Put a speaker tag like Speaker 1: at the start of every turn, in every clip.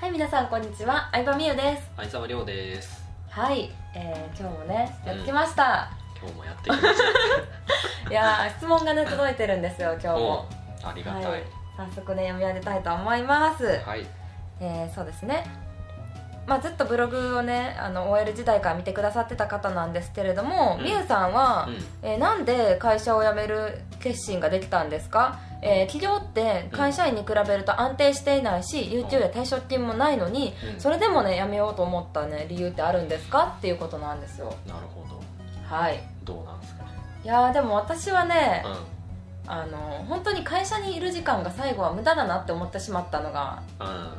Speaker 1: はい、皆さんこんにちは。相葉美優です。
Speaker 2: 相沢亮です
Speaker 1: はい、えー、今日もね、やってきました。
Speaker 2: 今日もやってきまし
Speaker 1: いやー、質問がね、届いてるん ですよ、今日
Speaker 2: たお
Speaker 1: も。
Speaker 2: ありがたい
Speaker 1: はい早速ね、読み上げたいと思います。
Speaker 2: はい、
Speaker 1: えー、そうですね。まあ、ずっとブログをねあの OL 時代から見てくださってた方なんですけれども、
Speaker 2: うん
Speaker 1: みゆさんは、
Speaker 2: うん
Speaker 1: えーなんで会社を辞める決心ができたんですか、えー企業って会社員に比べると安定していないし、有給や退職金もないのに、
Speaker 2: うん
Speaker 1: それでもね辞めようと思ったね理由ってあるんですかっていうことなんですよ
Speaker 2: なるほど
Speaker 1: はい
Speaker 2: どうなんですか
Speaker 1: いやーでも私はね、
Speaker 2: うん
Speaker 1: あの本当に会社にいる時間が最後は無駄だなって思ってしまったのが
Speaker 2: うん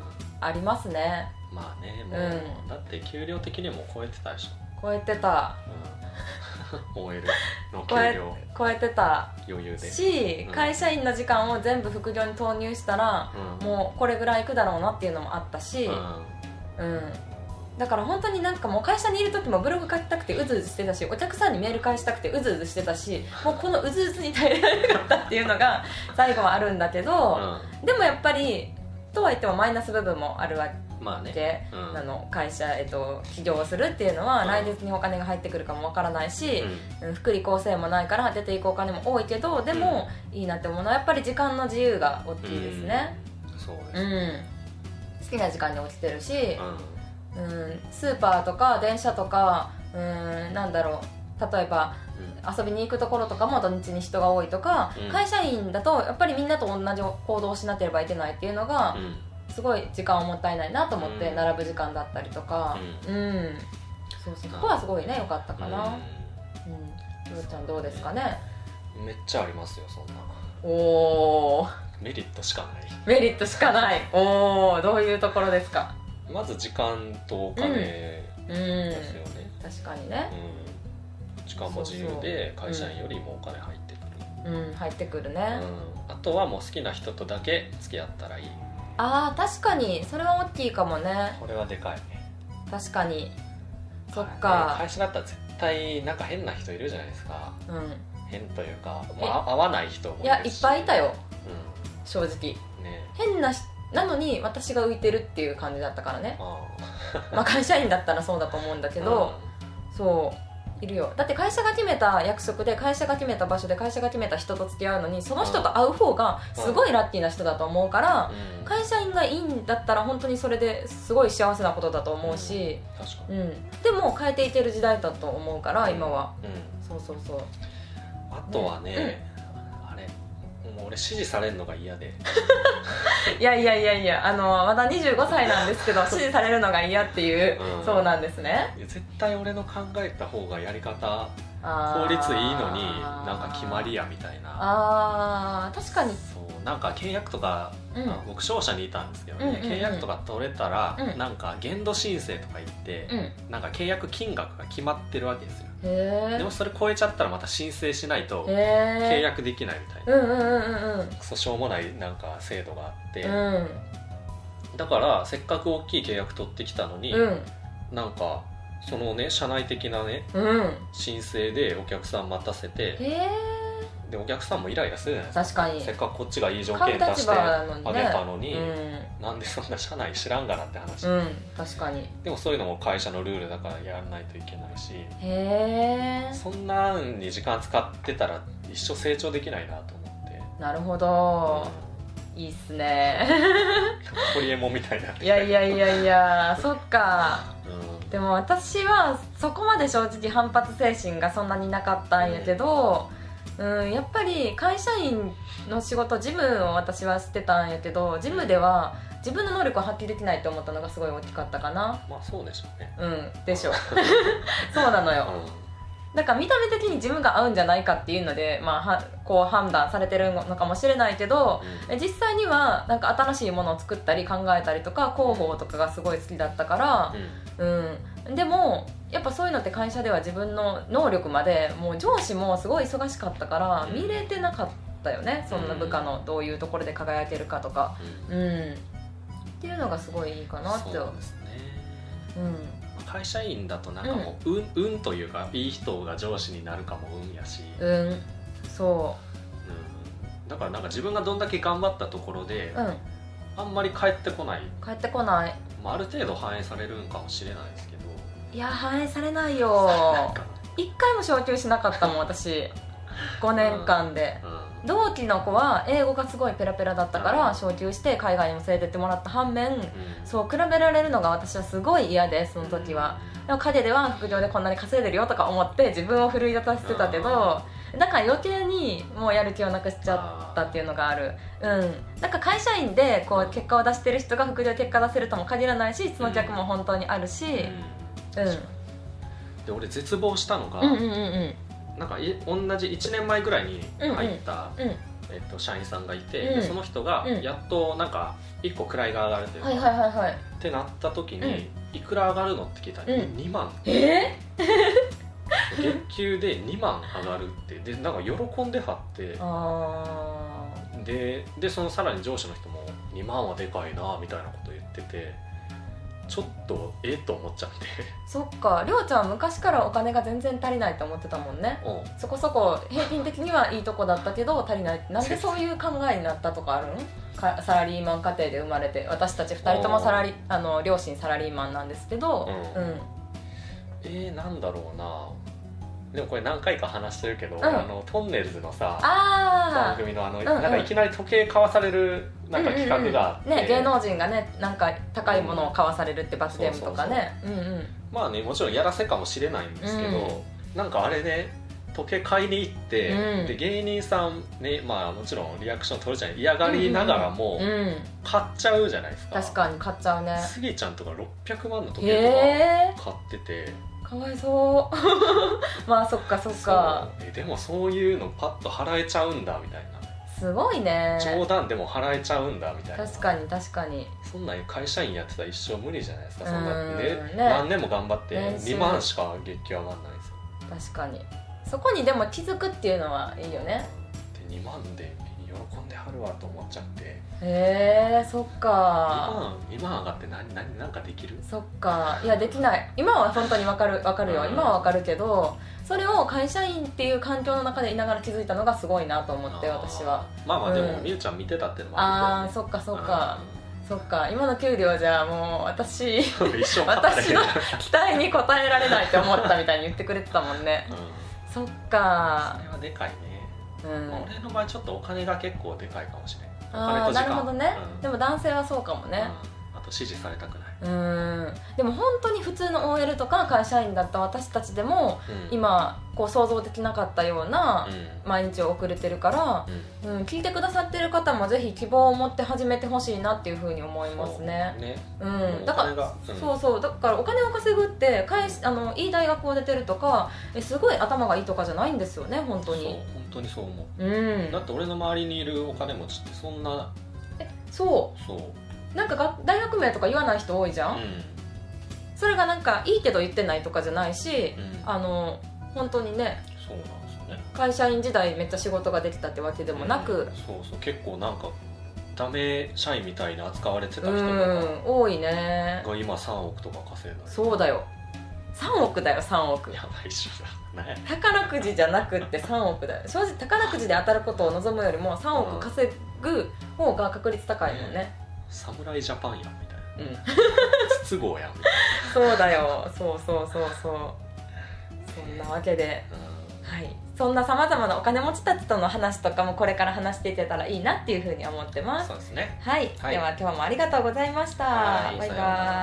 Speaker 1: ありますね
Speaker 2: まあねもう、
Speaker 1: う
Speaker 2: だって給料的にも超えてたでし
Speaker 1: 超えてた
Speaker 2: ょ、うん、OL の給
Speaker 1: 超え
Speaker 2: 料
Speaker 1: 超えてた
Speaker 2: 余裕で
Speaker 1: し、
Speaker 2: うん
Speaker 1: 会社員の時間を全部副業に投入したら、
Speaker 2: うん
Speaker 1: もうこれぐらいいくだろうなっていうのもあったし、
Speaker 2: うん
Speaker 1: うん、だから本当になんかもう会社にいる時もブログ書きたくてうずうずしてたしお客さんにメール返したくてうずうずしてたしもうこのうずうずに耐えられなかったっていうのが 最後はあるんだけど、でもやっぱりとは言ってもマイナス部分もあるわ
Speaker 2: うんまあね
Speaker 1: け、
Speaker 2: うん
Speaker 1: あの会社、えっと、起業をするっていうのは
Speaker 2: うん
Speaker 1: 来月にお金が入ってくるかもわからないし
Speaker 2: う、
Speaker 1: うん福利厚生もないから出ていくお金も多いけどでもいいなって思うのはやっぱり時間の自由が大きいですね、、
Speaker 2: うん、そう
Speaker 1: う
Speaker 2: で
Speaker 1: ん
Speaker 2: す、
Speaker 1: 好きな時間に起きてるし、
Speaker 2: うん
Speaker 1: うん、スーパーとか電車とか、うん、なんだろう例えば遊びに行くところとかも土日に人が多いとか、
Speaker 2: うん
Speaker 1: 会社員だとやっぱりみんなと同じ行動をしなければいけないっていうのが
Speaker 2: うん、うん
Speaker 1: すごい時間をもったいないなと思って
Speaker 2: うん
Speaker 1: 並ぶ時間だったりとかうん、そうそうそこはすごいね良かったかなうん、ようちゃんどうですかね
Speaker 2: うんめっちゃありますよそんな
Speaker 1: おお
Speaker 2: メリットしかない
Speaker 1: メリットしかないおおどういうところですか
Speaker 2: まず時間とお金
Speaker 1: うん
Speaker 2: ですよね、
Speaker 1: 確かにね
Speaker 2: うん時間も自由で
Speaker 1: そうそう
Speaker 2: 会社員よりもお金入ってくる、
Speaker 1: うん入ってくるね、
Speaker 2: うんあとはもう好きな人とだけ付き合ったらいい
Speaker 1: あー確かにそれは大きいかもね
Speaker 2: これはでかい
Speaker 1: 確かにそっ
Speaker 2: はい
Speaker 1: か
Speaker 2: 会社だったら絶対なんか変な人いるじゃないですか
Speaker 1: うん
Speaker 2: 変というか、
Speaker 1: え
Speaker 2: まあ、合わない人もいるし
Speaker 1: いやいっぱいいたよ正直
Speaker 2: うんね
Speaker 1: 変なしなのに私が浮いてるっていう感じだった からね
Speaker 2: あ
Speaker 1: まあ会社員だったらそうだと思うんだけど、そういるよだって会社が決めた約束で会社が決めた場所で会社が決めた人と付き合うのにその人と会う方がすごいラッキーな人だと思うから
Speaker 2: うん、
Speaker 1: 会社員がいいんだったら本当にそれですごい幸せなことだと思うし、
Speaker 2: 確か
Speaker 1: う
Speaker 2: に、
Speaker 1: ん、でも変えていける時代だと思うから今は
Speaker 2: うん
Speaker 1: そうそうそう
Speaker 2: あとはね、あれもう俺指示されるのが嫌 で
Speaker 1: いやいやいやいやあのまだ25歳なんです けど支持されるのが嫌っていう、
Speaker 2: うん
Speaker 1: そうなんですね
Speaker 2: 絶対俺の考えた方がやり方
Speaker 1: あー
Speaker 2: 効率いいのになんか決まりやみたいな
Speaker 1: あー確かに
Speaker 2: そうなんか契約とか、
Speaker 1: うん
Speaker 2: あ僕商社にいたんですけどね、
Speaker 1: うんうんうん
Speaker 2: 契約とか取れたら、
Speaker 1: うん
Speaker 2: なんか限度申請とか言って
Speaker 1: う、んへ
Speaker 2: なんか契約金額が決まってるわけですよで
Speaker 1: え
Speaker 2: もそれ超えちゃったらまた申請しないと
Speaker 1: へ
Speaker 2: 契
Speaker 1: え
Speaker 2: 約できないみたいな、
Speaker 1: うんうんうんうんうん
Speaker 2: クソしょうもないなんか制度があって、
Speaker 1: うん
Speaker 2: だからせっかく大きい契約取ってきたのに、
Speaker 1: うん
Speaker 2: なんかそのね社内的なね
Speaker 1: うん
Speaker 2: 申請でお客さん待たせて
Speaker 1: へえ
Speaker 2: でお客さんもイライラするじゃないです
Speaker 1: 確か
Speaker 2: か
Speaker 1: に
Speaker 2: せっかくこっちがいい条
Speaker 1: 買
Speaker 2: 件
Speaker 1: う
Speaker 2: 出
Speaker 1: 立
Speaker 2: して
Speaker 1: 場
Speaker 2: あ
Speaker 1: なのに
Speaker 2: げ
Speaker 1: ね
Speaker 2: たのに、なんでそんな社内知らんがなって話、
Speaker 1: うん、うん、確かにへ
Speaker 2: でもそういうのも会社のルールだからやらないといけないし
Speaker 1: え
Speaker 2: そんなんに時間使ってたら一生成長できないなと思って、
Speaker 1: なるほ
Speaker 2: うん
Speaker 1: ど、いいっすね
Speaker 2: ホリエモンみたいになって
Speaker 1: い
Speaker 2: きた
Speaker 1: やいやいやいやそっか
Speaker 2: うん
Speaker 1: でも私はそこまで正直反発精神がそんなになかったんやけど、うん、やっぱり会社員の仕事事務を私はしてたんやけど事務では自分の能力を発揮できないと思ったのがすごい大きかったかな
Speaker 2: まあそうでしょうね
Speaker 1: うん でしょそうなのよだから見た目的に自分が合うんじゃないかっていうので、まあ、はこう判断されてるのかもしれないけどえ実際にはなんか新しいものを作ったり考えたりとか広報とかがすごい好きだったから、
Speaker 2: うんうん
Speaker 1: うん、でもやっぱそういうのって会社では自分の能力までもう上司もすごい忙しかったから
Speaker 2: うん
Speaker 1: 見れてなかったよねそんな部下のどういうところで輝けるかとか
Speaker 2: うん
Speaker 1: うんっていうのがすごいいいかなって
Speaker 2: そうですね
Speaker 1: うん
Speaker 2: 会社員だとなんかもう、うん、運というかいい人が上司になるかも運やし、うん
Speaker 1: うんそ
Speaker 2: だからなんか自分がどんだけ頑張ったところで、
Speaker 1: ううん
Speaker 2: あんまり帰ってこない
Speaker 1: 帰ってこない
Speaker 2: まあ、ある程度反映されるんかもしれないですけど
Speaker 1: いや反映されない
Speaker 2: なん
Speaker 1: よ
Speaker 2: かね
Speaker 1: 一回も昇級しなかったもん私5年間で
Speaker 2: うん
Speaker 1: 同期の子は英語がすごいペラペラだったか
Speaker 2: う
Speaker 1: ら
Speaker 2: ん
Speaker 1: 昇級して海外にも連れてってもらった反面
Speaker 2: うん
Speaker 1: そう比べられるのが私はすごい嫌でその時はでも陰では副業でこんなに稼いでるよとか思って自分を奮い立たせてたけどだから余計にもうやる気をなくしちゃっただったっていうのがあるうんなんか会社員でこう結果を出してる人が副業で結果出せるとも限らないしその逆も本当にあるし、
Speaker 2: うん
Speaker 1: うん
Speaker 2: で俺絶望したのが、
Speaker 1: うん、うんうんうん
Speaker 2: なんかい同じ1年前ぐらいに入った、
Speaker 1: うんうん
Speaker 2: えっと、社員さんがいて、
Speaker 1: うん
Speaker 2: でその人が
Speaker 1: うん
Speaker 2: やっとなんか1個位が上がるというか、
Speaker 1: はいはいはいはい
Speaker 2: ってなった時に、いくら上がるのって聞いたら、
Speaker 1: うん
Speaker 2: 2万
Speaker 1: え
Speaker 2: 月給で2万上がるってでなんか喜んではって
Speaker 1: ー、あ
Speaker 2: ででそのさらに上司の人も2万はでかいなみたいなこと言っててちょっとええと思っちゃって
Speaker 1: ーそっかりょうちゃんは昔からお金が全然足りないと思ってたもんね
Speaker 2: うん
Speaker 1: そこそこ平均的にはいいとこだったけど足りないなんでそういう考えになったとかあるんかサラリーマン家庭で生まれて私たち2人ともサラリあの両親サラリーマンなんですけど
Speaker 2: う
Speaker 1: うんん、
Speaker 2: えー、なんだろうなでもこれ何回か話してるけど、
Speaker 1: ん
Speaker 2: あのトンネルズのさ番
Speaker 1: ああ
Speaker 2: 組のあの、
Speaker 1: ん
Speaker 2: なんかいきなり時計買わされるなんか企画があっ
Speaker 1: う
Speaker 2: て、
Speaker 1: んうんうんね、芸能人がねなんか高いものを買わされるって罰ゲームとかねうんうん
Speaker 2: まあねもちろんやらせかもしれないんですけど、なんかあれね時計買いに行って、
Speaker 1: うん
Speaker 2: で芸人さんねまあもちろんリアクション取るじゃない嫌がりながらも
Speaker 1: うん
Speaker 2: 買っちゃうじゃないですか、
Speaker 1: 確かに買っちゃうね
Speaker 2: スギちゃんとか600万の時計
Speaker 1: へえ
Speaker 2: とか買ってて、
Speaker 1: かわいそう まあそっかそっか
Speaker 2: そうえでもそういうのパッと払えちゃうんだみたいな、
Speaker 1: すごいね
Speaker 2: 冗談でも払えちゃうんだみたいな
Speaker 1: 確かに確かに
Speaker 2: そんなん会社員やってたら一生無理じゃないですか
Speaker 1: うん
Speaker 2: そんなね
Speaker 1: ね
Speaker 2: 何年も頑張って
Speaker 1: 練習
Speaker 2: 2万しか月給上がんないんです
Speaker 1: 確
Speaker 2: よ
Speaker 1: かにそこにでも気づくっていうのはいいよね
Speaker 2: で2万で喜んではるわと思っちゃって
Speaker 1: へえそっ
Speaker 2: 2
Speaker 1: か
Speaker 2: 万2万上がって何何何かできる
Speaker 1: そっかいやできない今は本当にわかるわかるよ
Speaker 2: うん
Speaker 1: 今はわかるけどそれを会社員っていう環境の中でいながら気づいたのがすごいなと思って私は
Speaker 2: あーまあまあでも、
Speaker 1: うん
Speaker 2: みゆちゃん見てたってのも
Speaker 1: あ
Speaker 2: あ
Speaker 1: ー
Speaker 2: る
Speaker 1: そっかそ
Speaker 2: けど
Speaker 1: っかそっか今の給料じゃもう私期
Speaker 2: うん一生買ったらいいな
Speaker 1: 待に応えられないって思ったみたいに言ってくれてたもんね
Speaker 2: うん
Speaker 1: そっ
Speaker 2: そ
Speaker 1: か
Speaker 2: れはでかいね、
Speaker 1: うん
Speaker 2: まあ俺の場合ちょっとお金が結構でかいかもしれないお金
Speaker 1: あ
Speaker 2: と
Speaker 1: あ
Speaker 2: 時
Speaker 1: な
Speaker 2: 間
Speaker 1: るほどね
Speaker 2: うん
Speaker 1: でも男性はそうかも
Speaker 2: うん
Speaker 1: ね
Speaker 2: あと支持されたくない、
Speaker 1: うんでも本当に普通の OL とか会社員だった私たちでも
Speaker 2: うん、
Speaker 1: 今こう想像できなかったような
Speaker 2: うん
Speaker 1: 毎日を送れてるから、
Speaker 2: うん
Speaker 1: うん、聞いてくださってる方もぜひ希望を持って始めてほしいなっていうふうに思いますね
Speaker 2: そうね
Speaker 1: うん、
Speaker 2: お
Speaker 1: だから
Speaker 2: 金がうん
Speaker 1: そうそうだからお金を稼ぐって返しあのいい大学を出てるとかえすごい頭がいいとかじゃないんですよね本当
Speaker 2: そう
Speaker 1: に
Speaker 2: 本当にそう思う、
Speaker 1: ううん
Speaker 2: だって俺の周りにいるお金持ちってそんな
Speaker 1: そ
Speaker 2: そう、うん、
Speaker 1: うなんかが大学名とか言わない人多いじゃん、それがなんかいいけど言ってないとかじゃないし
Speaker 2: うん
Speaker 1: あの本当にね
Speaker 2: そうなんですよね
Speaker 1: 会社員時代めっちゃ仕事ができたってわけでもな
Speaker 2: う
Speaker 1: く
Speaker 2: んそうそう結構なんかダメ社員みたいに扱われてた
Speaker 1: う
Speaker 2: 人とか
Speaker 1: ん多いね
Speaker 2: が今3億とか稼いだ
Speaker 1: そうだよ3億だよ3億
Speaker 2: やばいっしょだね
Speaker 1: 宝くじじゃなくって3億だよ正直宝くじで当たることを望むよりも3億稼ぐ方が確率高いもんね
Speaker 2: 侍ジャパンやんみたいな
Speaker 1: うん
Speaker 2: 筒香やんみたい
Speaker 1: そうだよそうそうそうそうそんなわけで
Speaker 2: な、
Speaker 1: はいそんなさまざまなお金持ちたちとの話とかもこれから話していけたらいいなっていうふうに思って
Speaker 2: う
Speaker 1: ま
Speaker 2: ん、
Speaker 1: す
Speaker 2: そうですね
Speaker 1: はい、
Speaker 2: はい
Speaker 1: では今日もありがとうございました
Speaker 2: はい
Speaker 1: バイ
Speaker 2: さようなら
Speaker 1: バイ